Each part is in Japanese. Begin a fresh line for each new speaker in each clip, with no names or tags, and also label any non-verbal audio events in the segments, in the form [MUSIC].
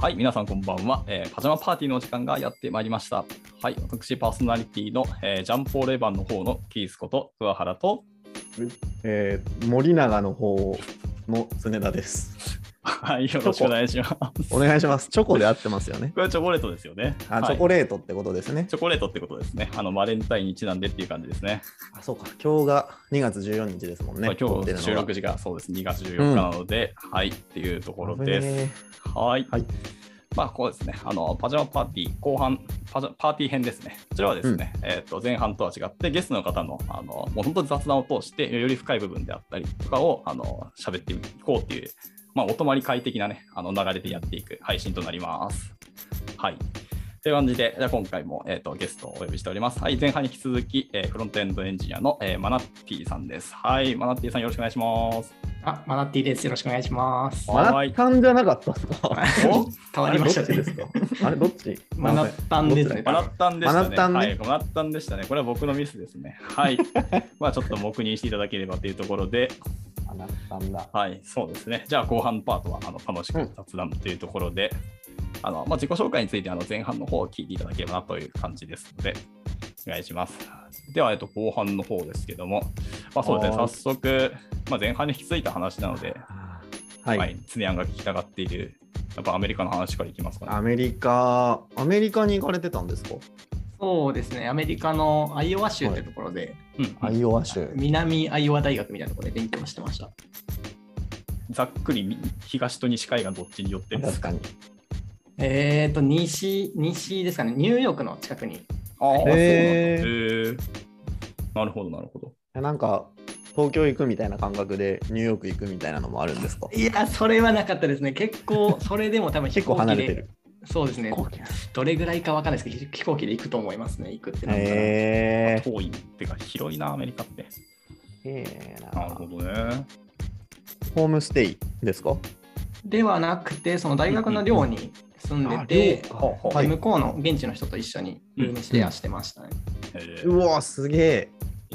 はい、皆さんこんばんは、えーパジャマパーティーのお時間がやってまいりました。はい、私パーソナリティの、えージャンポーレバンの方のキースこと桑原と、
えー、森永の方の常田 [LAUGHS] です。
はい、よろしくお願いします。
お願いします。チョコで合ってますよね。
これはチョコレートですよね。
あ、
はい
チョコレートってことですね。
チョコレートってことですね。あのバレンタインにちなんでっていう感じですね。
あ、そうか。今日が2月14日ですもんね。
まあ今日収録時がそうです、2月14日なので、はい、っていうところです。
す。
はい。
はい
まあ、こうですね、あのパジャマパーティー後半パジャ、パーティー編ですね。こちらはですね、えっと前半とは違って、ゲストの方のあのもう本当に雑談を通して、より深い部分であったりとかをあの喋っていこうっていう、まあ、お泊まり会的な、ね、あの流れでやっていく配信となります。はい。という感じで、じゃあ今回も、えっとゲストをお呼びしております。はい、前半に引き続き、えーフロントエンドエンジニアの、えーマナッティさんです。はい、マナッティさんよろしくお願いします。
あ、マナッティです。よろしくお願いします。
は
マ
い
ナッタンじゃなかったですか
お
変わりました
あれどっ
ね
ち。ですかあれ、どっち
マナッタンですね。
マナッタンでしたね。
マナッタンね
はい、マナッタンでしたね。これは僕のミスですね。 [LAUGHS] はい。まあちょっと黙認していただければというところで、
マナッタンだ。
はい、そうですね。じゃあ後半パートはあの楽しく雑談というところで、あのまあ、自己紹介についてあの前半の方を聞いていただければなという感じですので、お願いします。では、えっと、後半の方ですけども、まあ、そうですね、
は
早
い
速、まあ、前半に引き継いだ話なので、
はい、
はい、常やんが聞きたがっている、やっぱアメリカの話からいきますかね。
アメリカ、アメリカに行かれてたんですか
そうですね。アメリカのアイオワ州ってところで、
うん
アイオワ州。
南アイオワ大学みたいなところで勉強してました。
ざっくり東と西海岸どっちに寄ってるんです
確
か
かに。
えっ、と、西、西ですかね。ニューヨークの近くに。
ああ、そうなんだ
へ
へえなるほど、なるほど。
なんか、東京行くみたいな感覚で、ニューヨーク行くみたいなのもあるんですか
いや、それはなかったですね。結構、それでも多分飛
結
行
構
機
離れて
で
る。。
そうですね。どれぐらいかわかんないですけど、飛行機で行くと思いますね。行くってなったら。
へー
遠いってか、広いな、アメリカって。
えー
なるほどね。
ホームステイですか
ではなくて、その大学の寮に住んでて、
あ
ほうほう
はい
向こうの現地の人と一緒にルームシェアしてましたね。
え
うわすげえ。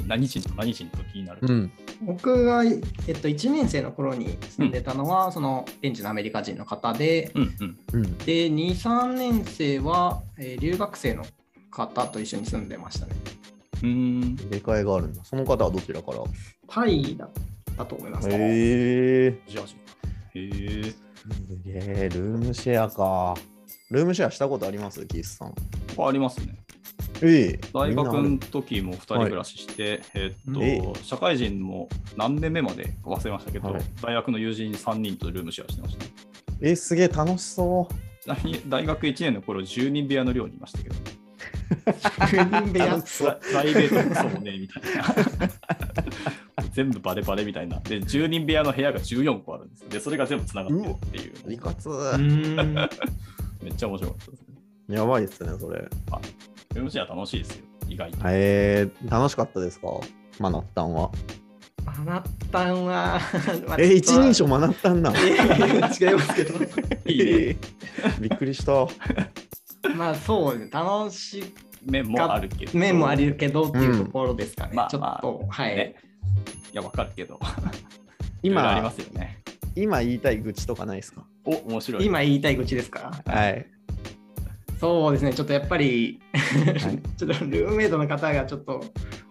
何人と何人と気になる。
ん。
僕が、えっと、1年生の頃に住んでたのは、その現地のアメリカ人の方で、
うんうん。
うん。
で23年生は、えー留学生の方と一緒に住んでましたね
うーん。
入れ替えがあるんだ。その方はどちらから
タイだったと思います、
へえー。
じゃあ、へえ。
すげえ、ルームシェアか。ルームシェアしたことありますキースさん。
ここありますね。
ええ
大学
みん
の
な
時も2人暮らしして、え
え
ーっと、社会人も何年目まで忘れましたけど
はい、
大学の友人3人とルームシェアしてましたね。
あるえすげえ、楽しそう。
ちなみに大学1年の頃、10人部屋の寮にいましたけど。
10人部屋
楽しそう。
プライベートもそうねみたいな [LAUGHS] 全部バレバレみたいなで10人部屋の部屋が14個あるんですでそれが全部つながってるっていう
いかつ。
うーん
めっちゃ面白かったですね
やばいっすね、それ。
ルームシェア楽しいですよ意
[LAUGHS]
外と
ええ楽しかったですかマナッタンは。
マナッタンはまあ
えー、一人
ち
称
ょ
マナッタンなの
っといやいや違
[LAUGHS]
いますけど
いいね
[LAUGHS] びっくりした。
まあそうですね楽しい
面もあるけど
面もありるけどっていうところですかね、
うんまあ
ちょっと、はい、
ねいやわかるけど今ありま
今、
すよね
今言いたい愚痴とかないですか
お面白い
今言いたい口ですか
はい。
そうですね、ちょっとやっぱり、
い
[LAUGHS] ちょっとルームメイトの方がちょっと、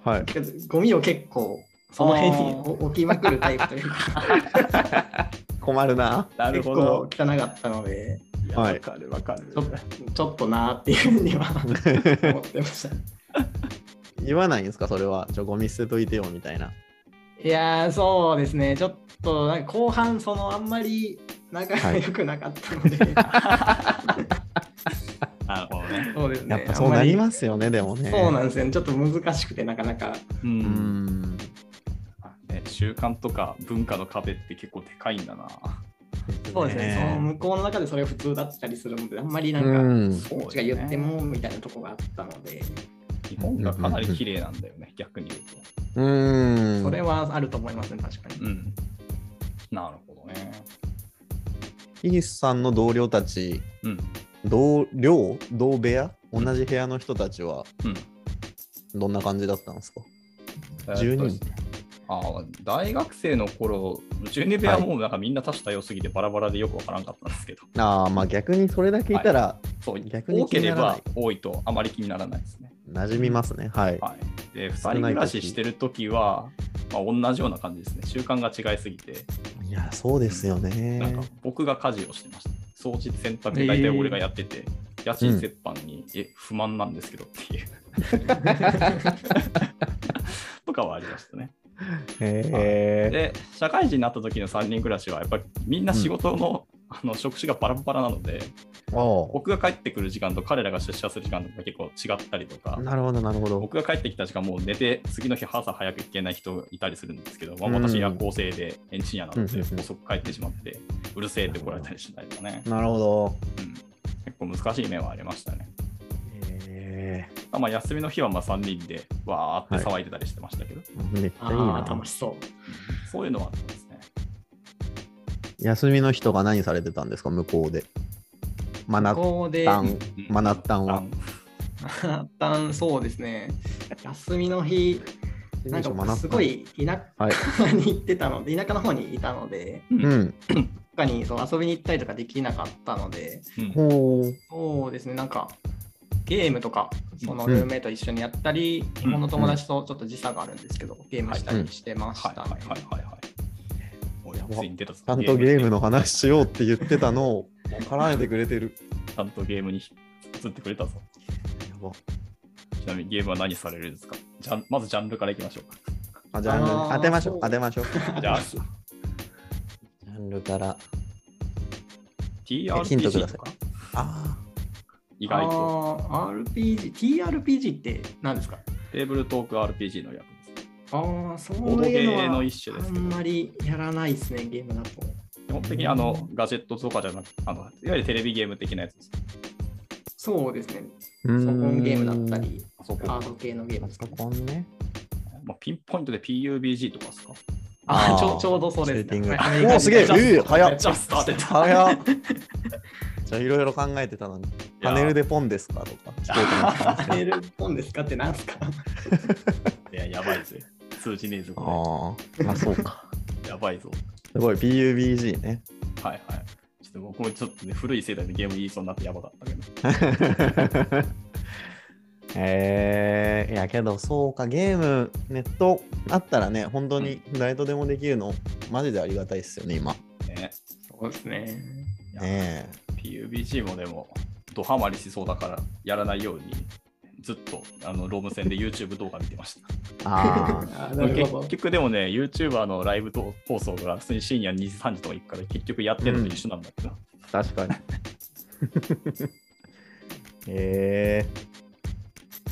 はい。
ゴミを結構、その辺に
あー
置きまくるタイプというか、
困るな。 [LAUGHS]
なる
結
ほ
構
ど
汚かったので、
いや
はい
わかるわかる
ちょちょっとなーっていうふうには思ってました。
言わないんですかそれは。ちょ、ゴミ捨てといてよみたいな。
いやー、そうですね、ちょっとなんか後半、そのあんまり仲が良くなかったので、
なるほどね
[LAUGHS] そうですね、
やっぱそうなり
す
ますよね、でもね。
そうなんですよね、ちょっと難しくて、なかなか。
う
うんん。
ね習慣とか文化の壁って結構でかいんだな
そうですねその向こうの中でそれが普通だったりするので、あんまりなんか、
うん
そっちが言ってもみたいなとこがあったので、
日本がかなり綺麗なんだよね逆に言うと
うん。
それはあると思いますね、確かに。
うん。なるほどね。
イギスさんの同僚たち、
うん。
同僚同部屋同じ部屋の人たちは
うん。
どんな感じだったんですか
えーっと
?10 人。
あー大学生の頃、ジュネベはもうなんかみんな多種多様すぎてバラバラでよくわからんかったんですけど、
ああ、まあ逆にそれだけいたら
そう
逆に
多
気
け
に
れ
ならない
ば多いとあまり気にならないですね。
馴染みますね。はい。
はい、で2
少
人
ない
暮
時
らししてるときは、まあ、同じような感じですね。習慣が違いすぎて、
いや、そうですよ
なん
ね
か。僕が家事をしてました。掃除、洗濯、大体俺がやってて、家賃折半に、え、不満なんですけどって
[LAUGHS]
いう。とかはありましたね。
へえ。
で、社会人になった時の3人暮らしは、やっぱりみんな仕事の,、あの職種がバラバラなので、
お
僕が帰ってくる時間と彼らが出社する時間とか結構違ったりとか
う。。なるほど、なるほど。
僕が帰ってきた時間もう寝て次の日朝早く行けない人がいたりするんですけど、まあ、
うん
私夜行性でエンジニアなので
うんうんうん
遅く帰ってしまってうるせえって怒られたりしたりとかね、
なるほど。
うん結構難しい面はありましたね、
へえ。
まあ、休みの日はまあ3人でわーって騒いでたりしてましたけど、
めっちゃいい
ああ、
な
楽。しそう。
うんそういうのはあったんですね
休みの日とか何されてたんですか、向こうで。マナ
こ
ッ
こで、
タン、
うん
マナッタンは。
[LAUGHS] 一旦そうですね。休みの日、なんか僕すご。い田
はい。
舎に行ってたので、田舎の方にいたので、
うん
うん。
他にそう遊びに行ったりとかできなかったので、
うん
ほう。
そうですね、なんかゲームとか、その
うん
ルームメイト一緒にやったり、日本の友達とちょっと時差があるんですけど、ゲームしたりしてまし
はい
た
はいはい
ね。
はいはいおやついに出たち
ちゃんとゲームの話しようって言ってたのを絡めてくれてる。
ちゃんとゲームに移ってくれたぞ
やば
ちなみにゲームは何されるんですかじゃんまずジャンルからいきましょうか
[LAUGHS] あジャンルね
あー
当てましょ
そうう
当てましょう。
じゃあ
ジャンルから。ヒントく
TRPG と
ださ
か
あ
意
あ
外と
あー RPG、TRPG って何ですか
テーブルトーク RPG の略です。
ああ、そ
ボード
う
ゲ
いうの
ーの
は
一種で
あ
すけど
ん、まりやらないですね、ゲームだと。
基本的にあのガジェットとかじゃなくあの、いわゆるテレビゲーム的なやつです。
そうですね、
あ。
パソコンゲームだったり、
あそこ、
カード系のゲーム
パ
です
ソ
かね。
コンね。
まあ、ピンポイントで PUBG とかですか
あ
あー
ちょちょうどそう
シ
です
ューティング
ね。
おーすげえ
ジャス
えー
[LAUGHS]
早っ
ジャスト当てた。
早っ。じゃあいろいろ考えてたのに。
いや
パネルでポンですかとか聞こえてなかったん
パ
です
ネルポンですかってなんすか
いや、やばいぜ。通じねえぞ、
けど。
こ
[LAUGHS] ああ。あ、そうか。
れ。やばいぞ。
すごい、PUBG ね。
はいはい。ちょっと僕もちょっとね、古い世代でゲーム言いそうになってやばかったけど。
[LAUGHS] えー、いやけどそうかゲームネットあったらね本当に誰とでもできるの、マジでありがたいっすよね今
ね。
そうですね。
いや
[LAUGHS] ね
PUBG もでも、ドハマりしそうだから、やらないように、ずっとあのローム戦で YouTube 動画見てました。
えあー
あなるほど
結。局でもね、YouTuber のライブと放送が普通に深夜2時、3時とか行くから、結局やってるのと一緒なんだけど、
確かにえ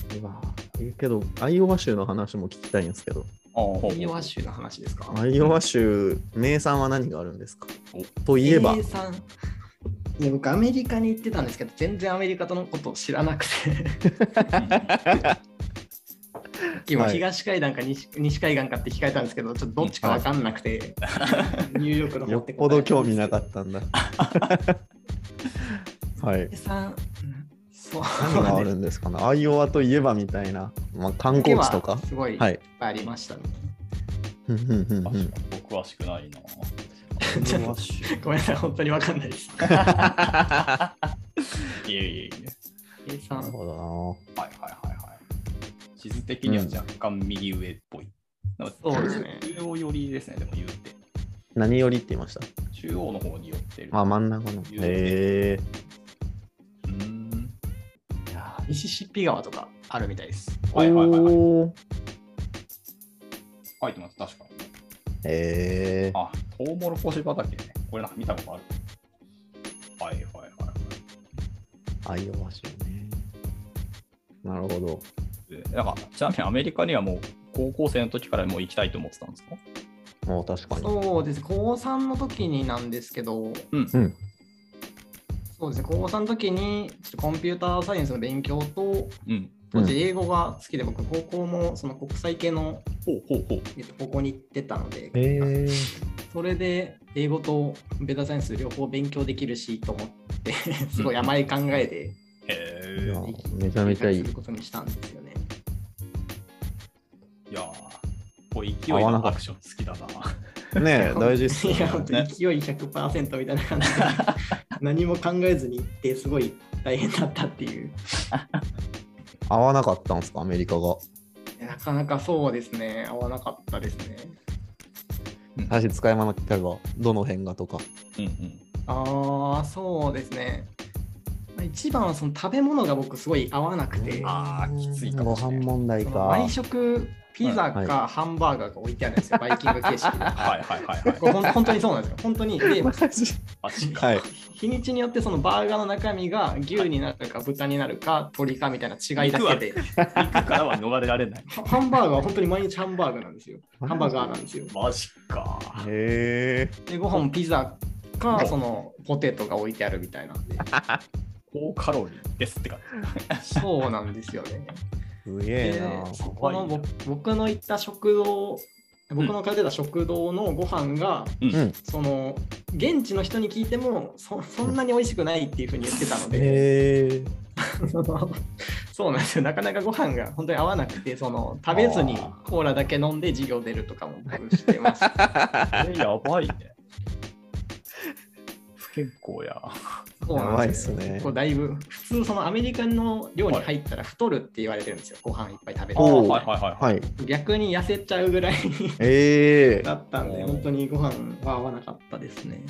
ー、うわえけどアイオワ州の話も聞きたいんですけど
ほうほう
イオワ州の話ですか
アイオワ州名産は何があるんですか
お
といえば、
A さんいや僕アメリカに行ってたんですけど全然アメリカのことを知らなくてさっきも
はい
東海岸か西,、西海岸かって聞かれたんですけどちょっとどっちか分かんなくて、ニューヨークの方
よ
っ
ってぽど興味なか
った
ったんだはい
さんそう
何
[LAUGHS]
があるんですかねアイオワといえばみたいな、まあ、観光地とか
すごいいっぱ
はいい。
ありましたね、
うんうんうんうん
[LAUGHS] 僕詳しくないな。
ちょっとごめんなさい本当に分かんな
[LAUGHS]
いです
[LAUGHS] いえいえいえ。
A さ
なる
ん
ほど
はいはいはいはい。地図的には若干右上っぽい。なんか
そうですね
中央寄りですね、でも言うて。
な。何よりって言いました
中央の方に寄ってる。
あ、真ん中の。へえ
うーん。
ー。いや
ミシシッピ川とかあるみたいです
ー
はいはいはいはい。
おー
書いてます、確かに。
へえー。
あ、トウモロコシ畑ね。これなんか見たことある。はいはいはいはい。
アイオワ州ね。なるほど。
でなんかちなみにアメリカにはもう高校生の時からもう行きたいと思ってたんですか
もう確かに。
そうです高3の時になんですけ
う
ど、
ん
うん
そうですね高3の時にちょっとコンピューターサイエンスの勉強と
うん。
当時英語が好きで、僕高校もその国際系の、
ほうほうほう。
えっと、高校に行ってたので、
へえー。
それで英語とベータサイエンス両方勉強できるしと思って [LAUGHS] すごい甘い考えで
へえ。
いやめちゃめちゃいい
理解することにしたんですよね。
いやー構勢いのアクション好きだな。
ねえ、大事っすよ
いや、
ね
本。当に勢い100%みたいな感じで、何も考えずに行って、すごい大変だったっていう。
合わなかったんですか、アメリカが。
なかなかそうですね、合わなかったですね。
足使いまなければ、どの辺がとか。
うんうん
ああ、そうですね。まあ一番はその食べ物が僕すごい合わなくて、
あーきついか
ご
もしれない
飯問題
その
か
毎。食ピザ
はい
かハンバーガーが置いてあるんで
[LAUGHS]
すよ、バイキング形式で。
はいはいはいはい。
これほん本当にそうなんですよ。本当に。で、
マジ
マジか。
はい。
日にちによってそのバーガーの中身が牛になるか豚になるか鶏かみたいな違いだけで、
肉からは逃れられない。
ハハンバーガーは本当に毎日ハンバーグなんですよ。ハンバーガーなんですよ。
マジか。
へえ。
で、ご飯もピザ
は
か
い
そのポテトが置いてあるみたいなんで、
高カロリーですって感
そうなんですよね。
すげえな
で。そこの僕僕の行った食堂僕の通ってた食堂のご飯が、
じ。
うん。
その現地の人に聞いてもそそんなに美味しくないっていうふうに言ってたので、
へえ。
その [LAUGHS] そうなんですよなかなかご飯が本当に合わなくてその食べずに
あ
コーラだけ飲んで授業出るとかも多分してます
えやばいね。不健康や。
そう
や
な
ば
ん
いっ
ですすよ
ね
結構だいぶ普通そのアメリカの量に入ったら太るって言われてるんですよご飯いっぱい食べ
あー
おー
る
はいはいはい。
はい。
逆に痩せちゃうぐらいに
ええ。
だったんで
おー
本当にご飯は合わなかったですね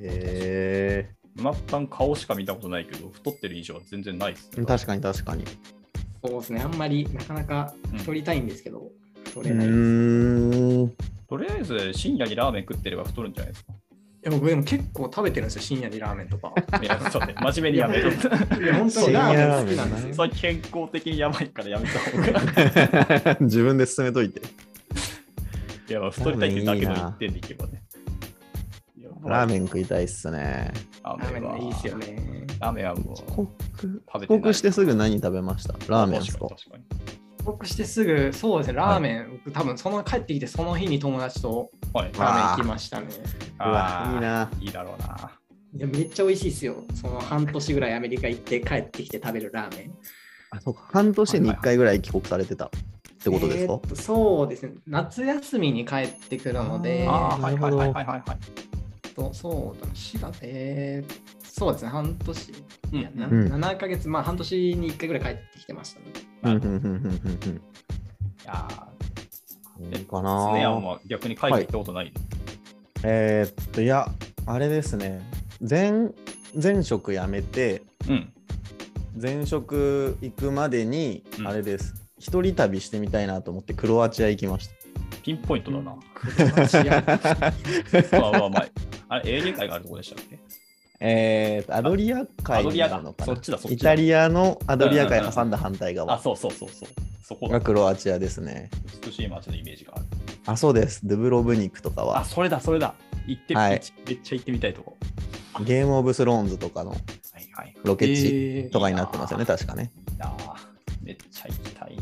へ
ナッタン顔しか見たことないけど、太ってる印象は全然ないです
え。
ね。
確かに確かに。
そうですねあんまりなかなか太りたいんですけど、太
う
れないです
ーん。
とりあえず深夜にラーメン食ってれば太るんじゃない
[LAUGHS]
ですか。
いや僕でも結構食べてるんですよ深夜にラーメン
[LAUGHS]
とか
いや、そうね。真面目にやめる。
いや本当
深
に
夜
ラー
ラーメ
メン好
ン
きなんですよ
それ健康的にやばいからやめた方
[LAUGHS]
が。
[LAUGHS] 自分で進めといて。
いや、まあ太りたいってだけの一点でいけばね。いや
ラーメン食いたいっすね。
ラ
ラーメン
は
ねいいですよ。ね
ラーメンはもう。
遅刻
食べてない
遅刻してすぐ何食べましたラーメンっす
確
か
かに確かに
僕してすぐそうですねラーメン、僕多分その帰ってきてその日に友達と
はい。
わ
ラーメン行きましたね
うわいいな。
いいだろうな。
いやめっちゃ美味しいですよその半年ぐらいアメリカ行って帰ってきて食べるラーメンっ
あそうか半年に1回ぐらい帰国されてたってことですか、
そうですね夏休みに帰ってくるので
ああ、
な
は
る
い
ほ
はい
ど
はいはいはい。
とそうだな4月えー、そうですね半年いや、な
うん
うん
7ヶ月まあ半年に1回ぐらい帰ってきてまし
[LAUGHS]
たね
うんうんうんうん
いや
うんうんいいか
ー、スネアン
な
は逆に海外行ったことない。
えーっといやあれですね前前職辞めて
うん。
前職行くまでに
うん
あれです、一人旅してみたいなと思ってクロアチア行きまし
ピンポイントだな。 [LAUGHS]
た
まあまあまあ。 [LAUGHS] あれ、エーゲ海があるとこでしたっけ
えーっとアドリア
ア
海
ド
に
リア
なる
だ
の。か
そ
な
っちだ、そっちだ。
イタリアのアドリア海挟んだ反対
あ、
側
そうそうそうそう。そこ
が、クロアチアですね
美しい街のイメージがある。
あそうですドゥブロブニクとか
あ、
は
それだ、それだ。行って、
はい
めっちゃめっちゃ行ってみたいとこ。
ゲームオブスローンズとかの
はいはい。
ロケ地
えー
とかになってますよね、確かね。
いいなあめっちゃ行きたい。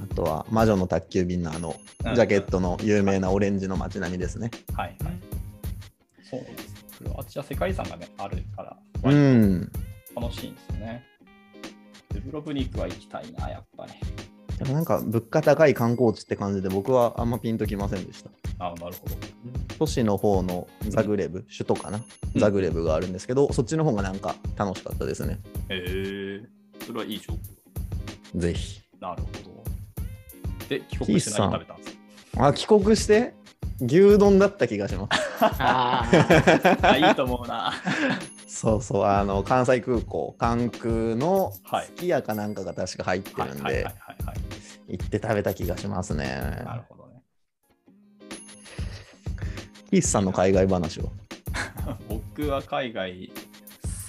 あとは、魔女の宅急便のあの、
うん
ジャケットの有名なオレンジの街並みですね。
はいはい。そうなんです。クロアチア世界遺産がね、あるから、
うん。
楽しいんですよね。デブロブニクは行きたいな、やっぱり。
でもなんか、物価高い観光地って感じで、僕はあんまピンときませんでした。
あ、なるほど。
都市の方のザグレブ、首都かな、
うん
ザグレブがあるんですけど、そっちの方がなんか楽しかったですね。
へえそれはいい情報。
ぜひ。
なるほど。で、帰国して何食べたんですか
あ、帰国して、牛丼だった気がします。 [LAUGHS]
あー
あいいと思うな。
そうそう、あの、関西空港、関空の
はい
すき家かなんかが確か入って
はい
るん
はいはい
で、
はいは
行って食べた気がしますね。
い。なるほどね。 [LAUGHS]
ヒースさんの海外話を。
僕は海外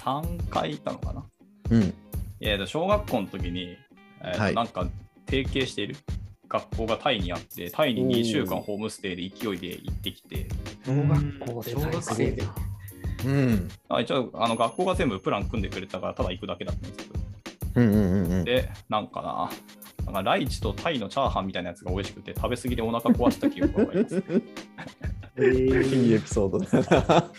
3回行ったのかな。
うん。
えーと小学校の時に、えーと
はい
なんか提携している学校がタイにあって、タイに2週間ホームステイで勢いで行ってきて、
小学校で大学生で
うん。
あ一応あの学校が全部プラン組んでくれたから、ただ行くだけだったんですけど、
うんうんうんうん。
で、なんかな、なんかライチとタイのチャーハンみたいなやつが美味しくて、食べ過ぎでお腹壊した記憶があります。
[LAUGHS]
えー
[LAUGHS] いいエピソードだ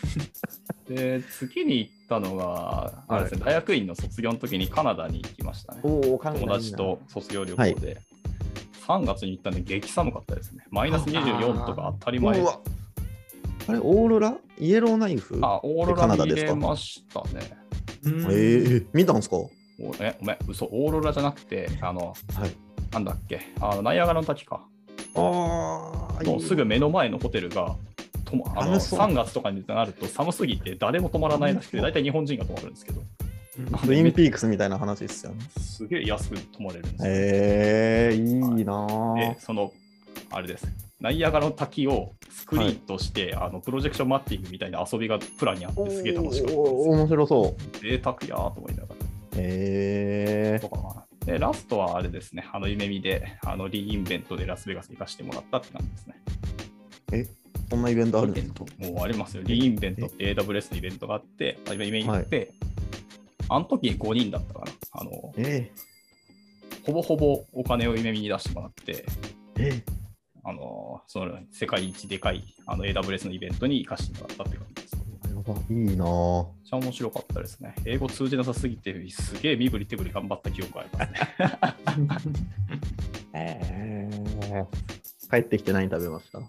で、次に行ったのが、あれですね、大学院の卒業の時にカナダに行きましたね。
おお、
友達と卒業旅行で、 3月に行ったんで激寒かったですね。マイナス24とか当たり
う
前。
わあれ、オーロライエローナイフ
あ、オーロ
カナ
ラ
ダ
見
です
れ
か
ましたね。
うん
えー、見たんですかは
おえ、ごめん、嘘、オーロラじゃなくて、あの、
い。
なんだっけ、あのナイアガラの滝か。
ああ、
のすぐ目の前のホテルが、ともあの
寒そう
3月とかになると寒すぎて誰も泊まらないらしくて、大体日本人が泊まるんですけど、
ツインピークスみたいな話ですよね。
すげえ安く泊まれるんですよ。
ええー、いいな
で
ぁ。
そのあれですナイアガラの滝をスクリーンとして、あのプロジェクションマッピングみたいな遊びがプランにあってすげえ楽しかった
おー
で
面白そう。
す贅沢やーと思いながら
ええ
とかはでラストはあれですねあの夢見であのリーインベントでラスベガスに行かせてもらったって感じですね
ー、こんなイベントあるん
イ
で
ベ
す
ントもうありますよリーインベントって AWS のイベントがあってあ今夢見って、あの時5人だったかなあの
え
ほぼほぼお金を夢見に出してもらって
ー、え
あのその世界一でかいあの AWS のイベントに行かせてもらったって感じです
ー、やばいいなぁ。
めっちゃ面白かったですね。英語通じなさすぎて、すげえ身振り手振り頑張った記憶がありますね。 [LAUGHS]
えー、帰ってきて何食べました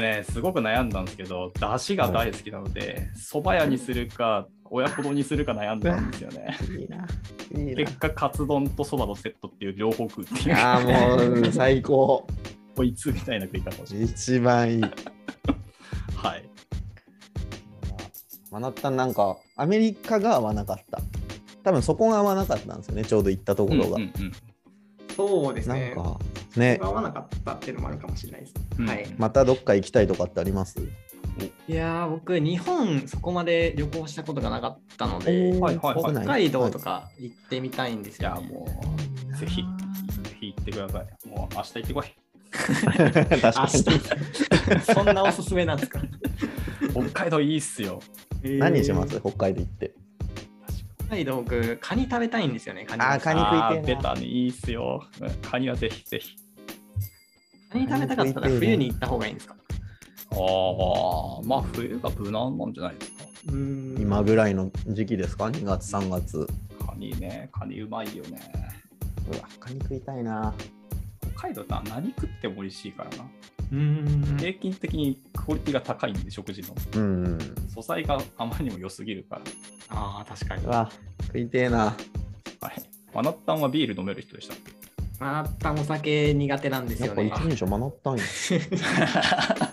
ねすごく悩んだんですけど、出汁が大好きなので、そば屋にするか、親子丼にするか悩んだんですよね。
いいな。いい
結果、カツ丼とそばのセットっていう両方食うっていう、
な。ああ、もううん最高。
こいつみたいな食い方をして、
一番いい。
はい。
マナッタンなんか、アメリカが合わなかった。多分そこが合わなかったんですよね、ちょうど行ったところが。
うんうん
そうです
なん
ね。
か、ね、
合わなかったっていうのもあるかもしれないです。
うん
はい。
またどっか行きたいとかってあります
いやー、僕、日本そこまで旅行したことがなかったの
お
で
ー、
はいはいはい
北海道とか行ってみたいんです
い
よ、
や、
ね。
もう、ぜひ、ぜひ行ってください。もう、明日行ってこい。
はい [LAUGHS] 確
明
か
日 [LAUGHS] そんなおすすめなんですか
北海道いいっすよ。
に。何します北海道行って。
北海道僕、カニ食べたいんですよね。カニ
あーカニ
あ
食い
ー
て
ベ
えな
タにいいっすよ。うんカニはぜひぜひ。
カニ食べたかったら冬に行った方がいいんですか
ああ、まあ冬が無難なんじゃないですか。
今
今
ぐらいの時期ですか ?2 月、3月。う
カニね、カニうまいよね。
わ、カニ食いたいな。
北海道な何食っても美味しいからな。
うん
平均的にクオリティが高いんで、食事の。
うんうん。
素材があまりにも良すぎるから。
ああ、確かに
う。わ、食いてえな。
はい。マナッタンはビール飲める人でした。
あなたお酒苦手なんです
や
よ
っぱ
ね
一。人称学ったんや。
[LAUGHS]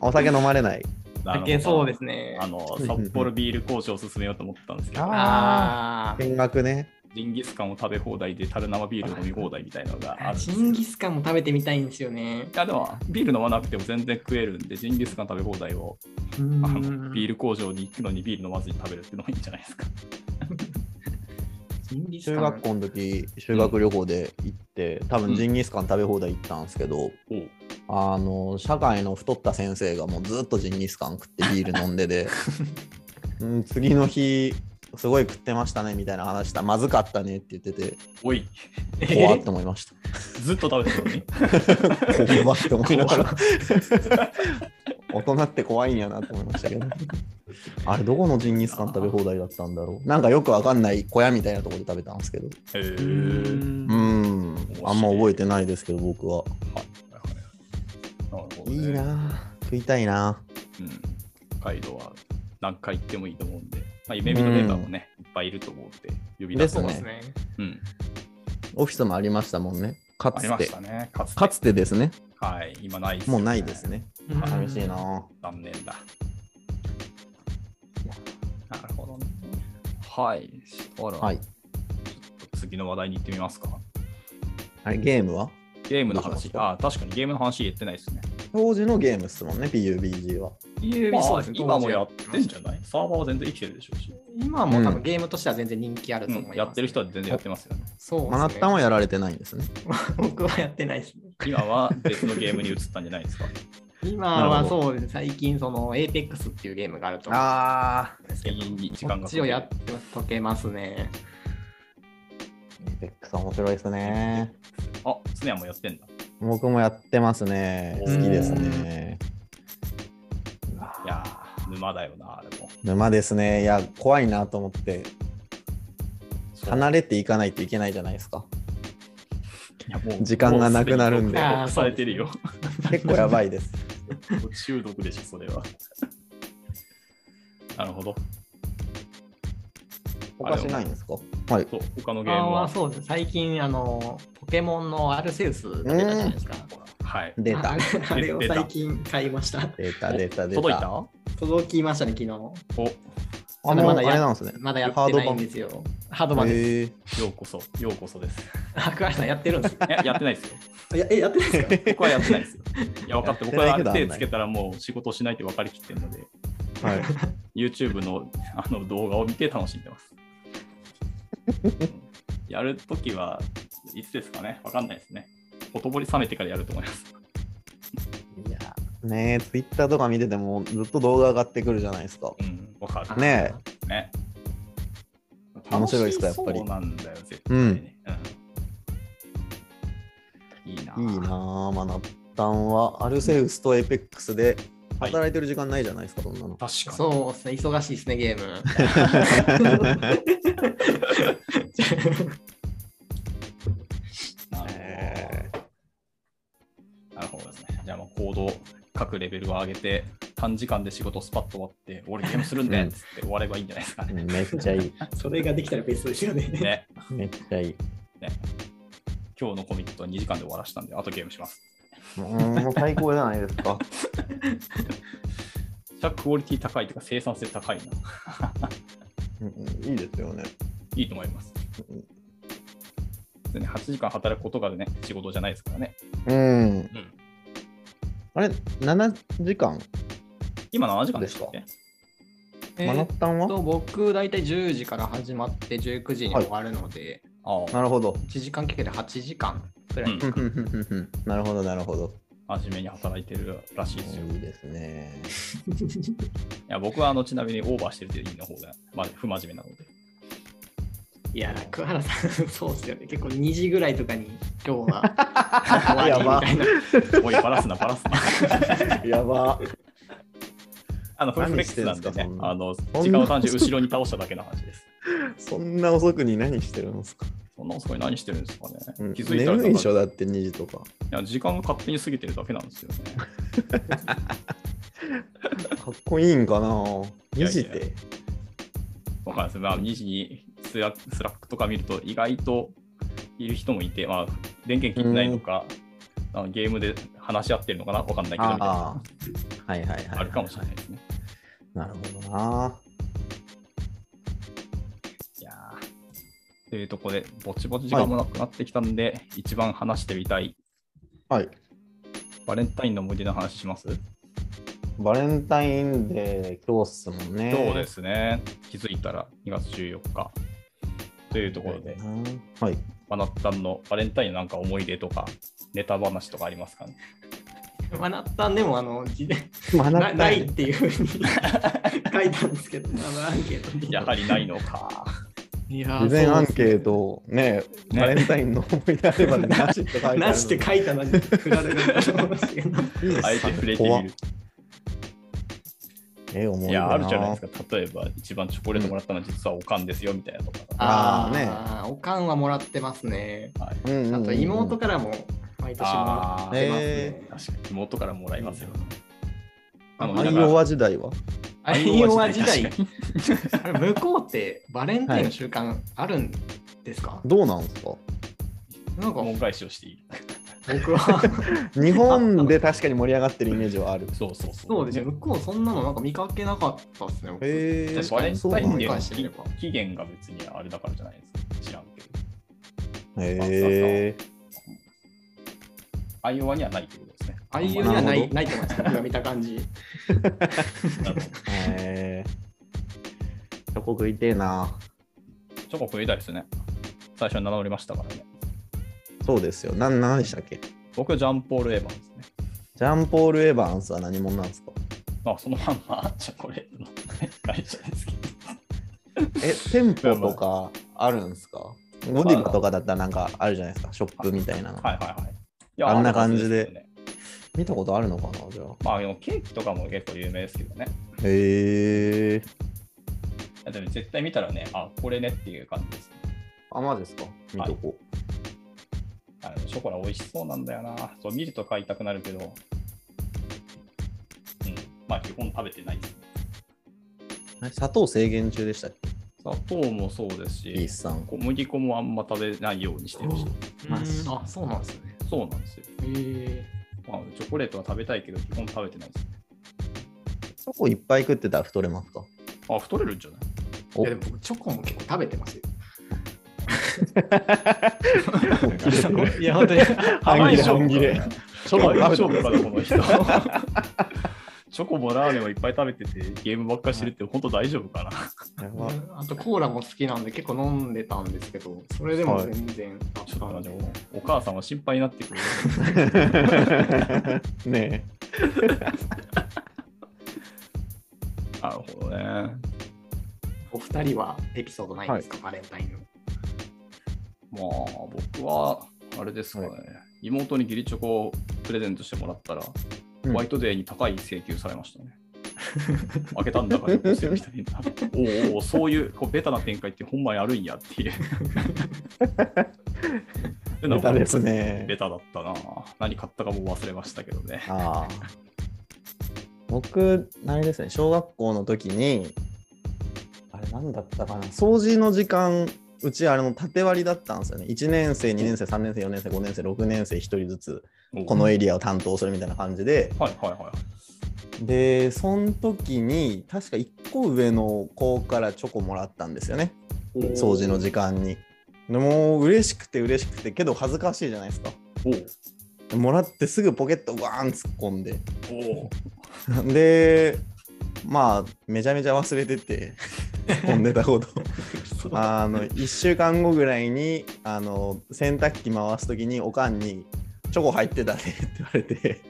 お酒飲まれない。
なるほ
酒
ど
そうですね
あ。の、札幌ビール講師を進めようと思ったんですけど、
ああ。
見学ね。
ジンギスカンを食べ放題で、樽生ビールを飲み放題みたいなのがあるんです
ジ
けど
ンギスカンも食べてみたいんですよね。
いやでもビール飲まなくても全然食えるんでジンギスカン食べ放題をあのビー
ル。
ル工場に行くのにビール飲まずに食べるっていうのもいいんじゃないですか。
ジンギス
中
カ
学
ン。
校の時、修学旅行で行って、多分ジンギスカン食べ放題行ったんですけど、
おう
あの、社会の太った先生がもうずっとジンギスカン食ってビール飲んでで、 [LAUGHS] うん、次の日、すごい食ってましたねみたいな話したらまずかったねって言ってて、
おい、
怖っと思いました。
ずっと食べてたのに。
怖っと思いながら [LAUGHS] 大人って怖いんやなと思いましたけどあれどこのジンギスカン食べ放題だったんだろうなんかよくわかんない小屋みたいなところで食べたんですけど
へ
う
ー
うんんあんま覚えてないですけど僕は
はいはいはいなるほど
い
ね
いな食いたいな
うん。北海道は何回行ってもいいと思うんで、まあ、夢見のメンバーもね、いっぱいいると思うんで、呼び出す
そう
の
で
も
すね。
うん、
オフィスもありましたもんねか
あ
つ
りま
て
したね。かつて
かつてですね
はい、今ないですよ
もうないです。ね寂しい。な
残念だ。なるほどね。はい。あら、
はい
次の話題に行ってみますか。
あれゲームは
ゲームの
どう
話
しま。すか
あ、確かにゲームの話言ってないですね。
当時のゲームっすもんね PUBG は
まあそうですね
今もやってんじゃないサーバーは全然生きてるでしょうし。
今も多分ゲームとしては全然人気あると
う
思い
ん
ます。
やってる人は全然やってますよね。
そうですね。
マナッタンはやられてないんですね
僕はやってないですね。
今は別のゲームに移ったんじゃないですか。
今
な
は
るほ
そうですね。最近その APEX っていうゲームがあると思
あ
うんですけ
永
ど。
遠に時
こ
間が
っちをやって解けますね。
ー APEX 面白いですね
あ、スネアもやってんだ。
僕もやってますね。
お
好
ー
きですね。
いやー、沼だよな、あれも。
沼ですね。いや、怖いなと思って、
そう
離れていかないといけないじゃないですか。
やもう
時間がなくなるんで
もうすでに報告されてるよ。
結構やば
[LAUGHS]
いです。
もう中毒でしょ、それは。 [LAUGHS] なるほど。
他しないんですかはい。
そう、他のゲーム
あ
は
あ、。そうです。最近、あの、ポケモンのアルセウスが出たじゃないですか。
はい。
デー
ああ
タ
れ。 [LAUGHS] あれを
出た
最近買いました。
データ、データ、データ。
届いた
あ
届きましたね、昨
お、
日。
よ
の、
ま
ま
だ
だ
や
あれなんですね。
まだやってないんですよ。ハードバンです。
へー
うこそ、ようこそです。
あ、桑原さんやってるんで
[LAUGHS]
すか
いや、やってないですよ。
いやえ、やってないですか
僕はやってないですよ。いや、分かって、僕
やってない
は
けど
手つけたらもう仕事しないって分かりきってるので、
はい。
YouTube のあの動画を見て楽しんでます。やるときはいつですかね分かんないですね。ほとぼり冷めてからやると思います。
[LAUGHS] いやーねえ、ツイッターとか見ててもずっと動画上がってくるじゃないですか。
うん、分かる。
ね
[LAUGHS] ね。
面白いですかやっぱ
楽し
り
そうなんだよ、絶
う
対
ん
ね。うん。いいな。
いいなぁ、まなったんは、アルセウスとエイペックスで
はい
働いてる時間ないじゃないですか、そんな [LAUGHS] の。
確かに。
そうですね、忙しいですね、ゲーム。
なるほど。なるほどですね。じゃあ、もう行動、各レベルを上げて、短時間で仕事スパッと終わって、俺ゲームするんで、
うん
つって終わればいいんじゃないですかね。
めっちゃいい。
それができたらベストですよね。
ね。
めっちゃいい。
今日のコミットは2時間で終わらしたんで、あとゲームします。
うーん、もう最高じゃないですか。
めっちゃクオリティ高いというか、生産性高いな。
うんいいですよね。
いいと思います。
うん
別に8時間働くことがね、仕事じゃないですからね。
うん。
うん、
あれ、7時間
今7時間でしたっけ
え
マナ
ー
ッタンは
と僕、大体10時から始まって19時に終わるので、
あ
なるほど。
1時間かけて8時間くらい。
うん
ふんふんふんふんふんなるほど、なるほど。
あ、真面目に働いてるらしいですよ。
いいですね。
いや、僕はあのちなみにオーバーしてるっていう意味の方が、まあ、不真面目なので。
[LAUGHS] いやー、桑原さん、そうですよね。結構2時ぐらいとかに今日は [LAUGHS] 終わりみたいな。
[LAUGHS] おい、バラすな、バラすな。
[LAUGHS] やば。
あの、フルフレックスなんで
何し
ね
てんすかそん、な
あの、時間を単純に後ろに倒しただけの話です。
そんな遅くに何してるんですか、
そんな遅い何してるんですかね。
うん、
気づいたら
眠いでしょ、
い
だって2時とか。
や、時間が勝手に過ぎてるだけなんですよね。
かっこいいんかな ?2 時
いや
で。
わかんないです。まあ、2時にスラスラックとか見ると、意外といる人もいて、まあ、電源切ってないのか、あのゲームで話し合ってるのかなわかんないけど、みたいな
ああ。はいはいはい、
あるかもしれないですね。
なるほどな。
いやーというとこで、ぼちぼち時間もなくなってきたんで、一番話してみたい、
はい。
バレンタインの思い出の話します、
バレンタインデー、今日っすもんね。
そうですね。気づいたら2月14日。というところで、
はい。
マナッタンのバレンタインのなんか思い出とか、ネタ話とかあります
[LAUGHS]
かね
マナッタンでも、あの、事前
学
なないっていうふうに書いたんですけど、 [LAUGHS] あのアンケートに。
やはりないのか。
いやー
事前アンケー
そ
ト、ね、
ね
[LAUGHS] バレンタインの思い出あればね、なしって書いてあ
う
る
です
の。
なしって書いたのに振られるかもしれない。
あえて触れてみる。
ええ、思うよ
いや、あるじゃないですか。例えば、一番チョコレートもらったのは実はおかんですよ、みたいなとか。
[LAUGHS] あーね
あーおかんはもらってますね。
はい、
うんうんうん
あと妹からも毎年もらってますね。
確かに妹からもらいますよね。あ
アイオワ時代は
アイオワ時代
確、かに
あれ向こうってバレンタインの習慣あるんですか、
どうなんですか
なんか
恩返しをしている。
僕は
日本で確かに盛り上がってるイメージはある。
そうそうそう。
そうですね、向こうそんなのなんか見かけなかったですね。僕
へ
じゃ
え
あバレンタインデー
そうなん
の
だ
期期限が別にあれだからじゃないですか。知らんけど。
へえ
アイオワにはないってことですね。
ああいうのはな
ないるほど
ないと思います、僕が見た感じ。
なるほど
へえチョコ食いてえな。
チョコ食いたいですね。最初に名乗りましたからね。
そうですよ。なん、なんでしたっけ
僕、ジャンポール・エヴァンですね。
ジャンポール・エヴァンスは何者なんですか
まあ、そのまんまチョコレートの会社ですけど。
え、店舗とかあるんですかゴディバとかだったらなんかあるじゃないですか、ショップみたいなの。
はいはいはい。いや
あんな感じで
あるはずすよね
見たことあるのかなじゃあ。
まあ、でもケーキとかも結構有名ですけどね。
へえ。
いやでも絶対見たらね、あ、これねっていう感じです、ね。
あ、まですか見とこ
あのショョコラ美味しそうなんだよな。そう見ると買いたくなるけど、うん、まあ基本食べてないです。
あれ砂糖制限中でしたっけ
砂糖もそうです
ピー
し、
スさん。
小麦粉もあんま食べないようにしてるし、
まあ
うんあ、そうなんですね。
そうなんですよ。
へえ
まあ、チョコレートは食べたいけど、基本食べてないですね。
そこいっぱい食ってたら太れますか
あ、太れるんじゃない
お
いやでも僕チョコも結構食べてますよ。いや、本当
半切
に。
れ
半
半
切
切
れチ
れ。
ョコ勝負かな、この人。 [LAUGHS] チョコもラーメンをいっぱい食べてて、ゲームばっかしてるって、本当大丈夫かな。
[LAUGHS] や
[LAUGHS]
ば
あとコーラも好きなんで結構飲んでたんですけど、それでも全然あ
ちょっと
ん
待
で
ってお母さんは心配になって [LAUGHS] くる。
ね
なるほどね。
お二人はエピソードないんですか、バレンタインの。
まあ、僕は、あれですかね、
は
妹に義理チョコをプレゼントしてもらったら、
うん
ホワイトデーに高い請求されましたね。 [LAUGHS] 開けたんだからよこせよみたい
[LAUGHS]
な。おうおう、そういうこうベタな展開ってほんまにあるんやって
[LAUGHS]
いう。
え。ネタですね
ベ。タだったな。何買ったかもう忘れましたけどね。
ああ。僕、あれですね、小学校の時に、あれなんだったかな、掃除の時間、うちあれの縦割りだったんですよね。1年生、2年生、3年生、4年生、5年生、6年生、1人ずつ、この
はい
エリアを担当するみたいな感じで、
はいは
で、その時に、確か1個上の子からチョコもらったんですよね、掃除の時間に。でもう嬉しくて嬉しくて、けど恥ずかしいじゃないですか。
いはい。
でもらってすぐポケットワーン突っ込んで、
おうおう。
でまあめちゃめちゃ忘れて [LAUGHS] て飛んでた [LAUGHS] こと
そう
あの1週間後ぐらいにあの洗濯機回す時におかんに「チョコ入ってたね」って言われて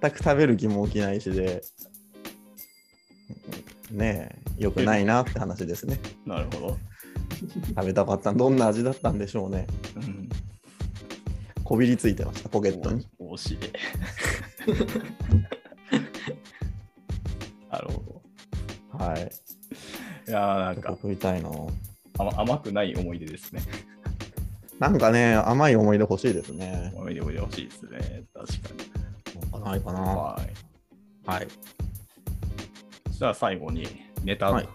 全く食べる気も起きないしでねえよくないなって話ですね
なるほど。
食べたかったどんな味だったんでしょうね
うん。
こびりついてましたポケットに
おし [LAUGHS] い。なるほど。
はい
いやーなん
チョコ
か
食いたいな
甘甘くない思い出ですね。
なんかね甘い思い出欲しいですね
思い出思い出欲しいですね。確かに。
ないかな
はい。
はい
じゃあ最後にネタ、
はい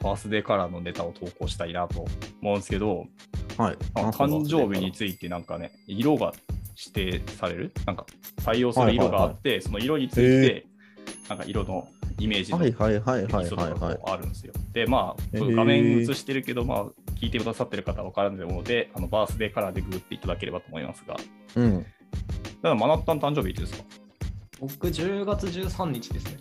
バースデーカラーのネタを投稿したいなと思うんですけど、
はい。
あの誕生日についてなんかね、色が指定される、なんか採用する色があって、その色について、なんか色のイメージの
はいはいはい
エピソ
はい
ード
はい
が
はい
こ。うあるんですよ。で、まあ、
へー
画面映してるけど、まあ、聞いてくださってる方は分からないと思うので、あのバースデーカラーでググっていただければと思いますが、た
うん。
だ、マナッタン誕生日いつですか
僕、10月13日ですね。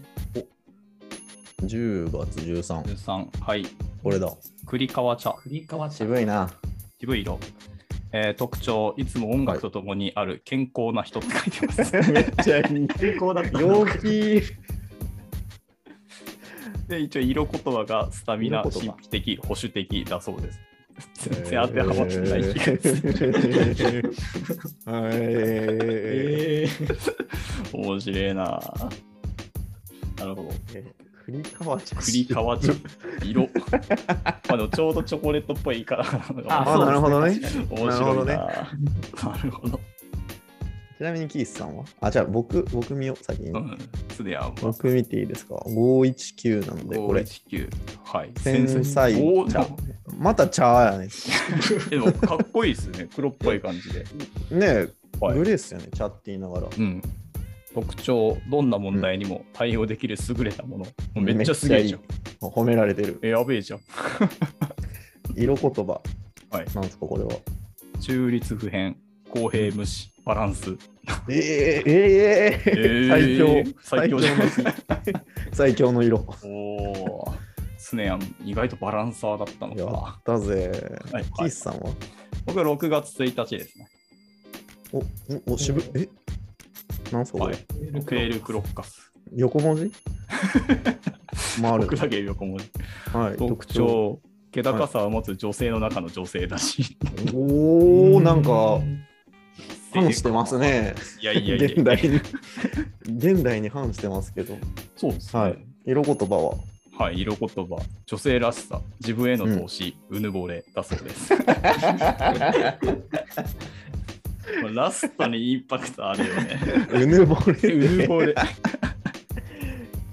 10月13。
?13、はい。
これだ。
栗川茶、
栗川ちゃん。
渋
[LAUGHS]
いな。
渋い色。えー特徴、いつも音楽とともにある健康な人って書いて
[LAUGHS]
ます。
めっちゃいい。
健康だった。
陽気。
で、一応、色言葉がスタミナ、
色
神
言葉
秘的、保守的だそうです。全然当てはまってない気がする。 [LAUGHS]
え
えー
面白いななるほど。
ー。栗川ちゃん。
栗川茶 [LAUGHS] 色あのちょうどチョコレートっぽいから
あ
あ、なるほどね。
面白いななるほど
ちなみにキースさんはあ、じゃあ僕、僕見よう、先
う
に。
んすでやんは
僕見ていいですか ?519 なので、これ。
519はい
繊細
おー
茶また茶やね。
でもかっこいいですね黒っぽい感じで
ねえ、
はい
グレーっすよね、茶って言いながら。
うん特徴どんな問題にも対応できる優れたもの、もうめっちゃすげえじゃん
めっちゃいい褒められてる。
えやべえじゃん
色言葉。
はい
なんですか、これは。
中立不変公平無視バランス [LAUGHS]
えー、えー、え
えー
最強。
最強じゃん
最強の色。
おおスネアン意外とバランサーだったの
や
か
ったぜ。
はい
キースさんは
僕は6月1日ですね。
お、お、お、渋い。えなんすかこ
は
れ、
い。クエルクロッカス。
横文
[LAUGHS]
字回
僕
る。
だけ横文字。
はい。
特。徴、気高さを持つ女性の中の女性だし。。
おおなんか、反してますすね。
いやいやいや。
現代に。現代に反してますけど。
そうです、ね。は
はいい。。色言葉は。
色言葉、女性らしさ、
[LAUGHS]
自分への投資、うぬぼれだそうです。もうラストにインパクトあるよね。
[LAUGHS] うぬぼれて
うぬぼれ。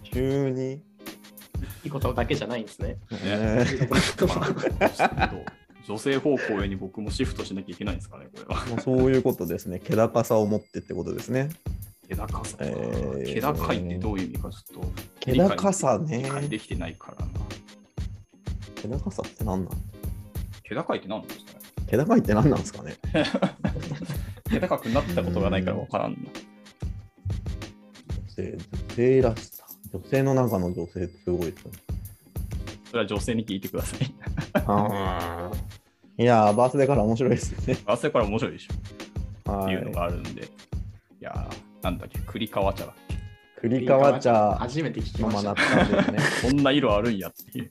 急に。
いいことだけじゃないんですね。
ね
女性方向へに僕もシフトしなきゃいけないんですかね、これは。
もうそういうことですね。気高さを持ってってことですね。
気高さ。
えー
気高いってどういう意味かちょっと
気高さね
理解できてないからな。
気高さって何なん
気高いって何なんですかね
気高いって何なんですかね
気高くなったことがないから分からんな。
女性女性らしさ。女性の中の女性ってすごいですね。
それは女性に聞いてください。
あーいやー、バースデーから面白いですね。
あそれから面白いでしょっ
は
ていうの
い。
があるんで。い、やー、なんだっけ、栗川茶だっけ。
栗川茶、
初めて聞き
マ
ま
マ
し。
なったたんですね。
こんな色あるんやっていう。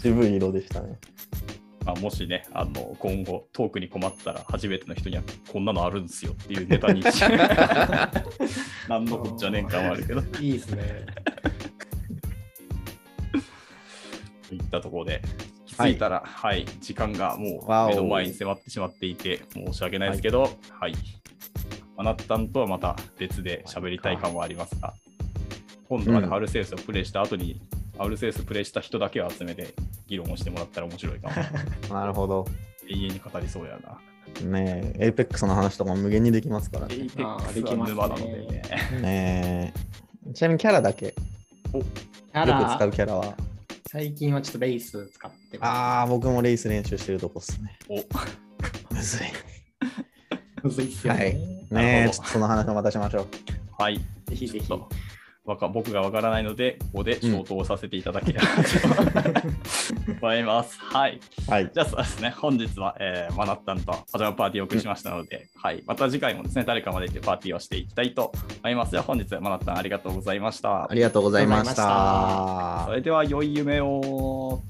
渋い色でしたね。
まあ、もしね、あの今後トークに困ったら初めての人にはこんなのあるんですよっていうネタに何のこっちゃねえんかもあるけど、と
いいですね。
いったところで、気づいたら、はい、時間がも
わ
う
お
目の前に迫ってしまっていて、申し訳ないですけど、はい。あなたんとはまた別で喋りたい感もありますが、今度はね
うん
アルセウスをプレイした後に、アルセウスプレイした人だけを集めて議論をしてもらったら面白い
[LAUGHS]
かも。
なるほど。
永遠に語りそうやな。
ねえ、エイペックスの話とかも無限にできますから
エ
ね
イ。ペックス
でき
は
ますね
沼なのでね。
ねえちなみにキャラだけ、よ
た
く使
だ
う、キャラは。
最近はちょっとレイス使ってま
ああ、僕もレース練習してるとこっすね。
お
むずい。
す。むずいっすよね。
はい
なる
ね
ほ
え、
ど
ちょっとその話もまたしましょう。
はい。
ぜひぜひ。
ちょっとわか僕がわからないので、ここで消灯させていただければ
[LAUGHS]
と思います。はい。
はい。
じゃあそうですね、本日は、えー、マナッタンとパジャマパーティーをお送りしましたので、はい。また次回もですね、誰かまで行ってパーティーをしていきたいと思います。では本日はマナッタンありがとうございました
あ。りがとうございまし
ありがとうございま
た
そ。れでは良い夢を。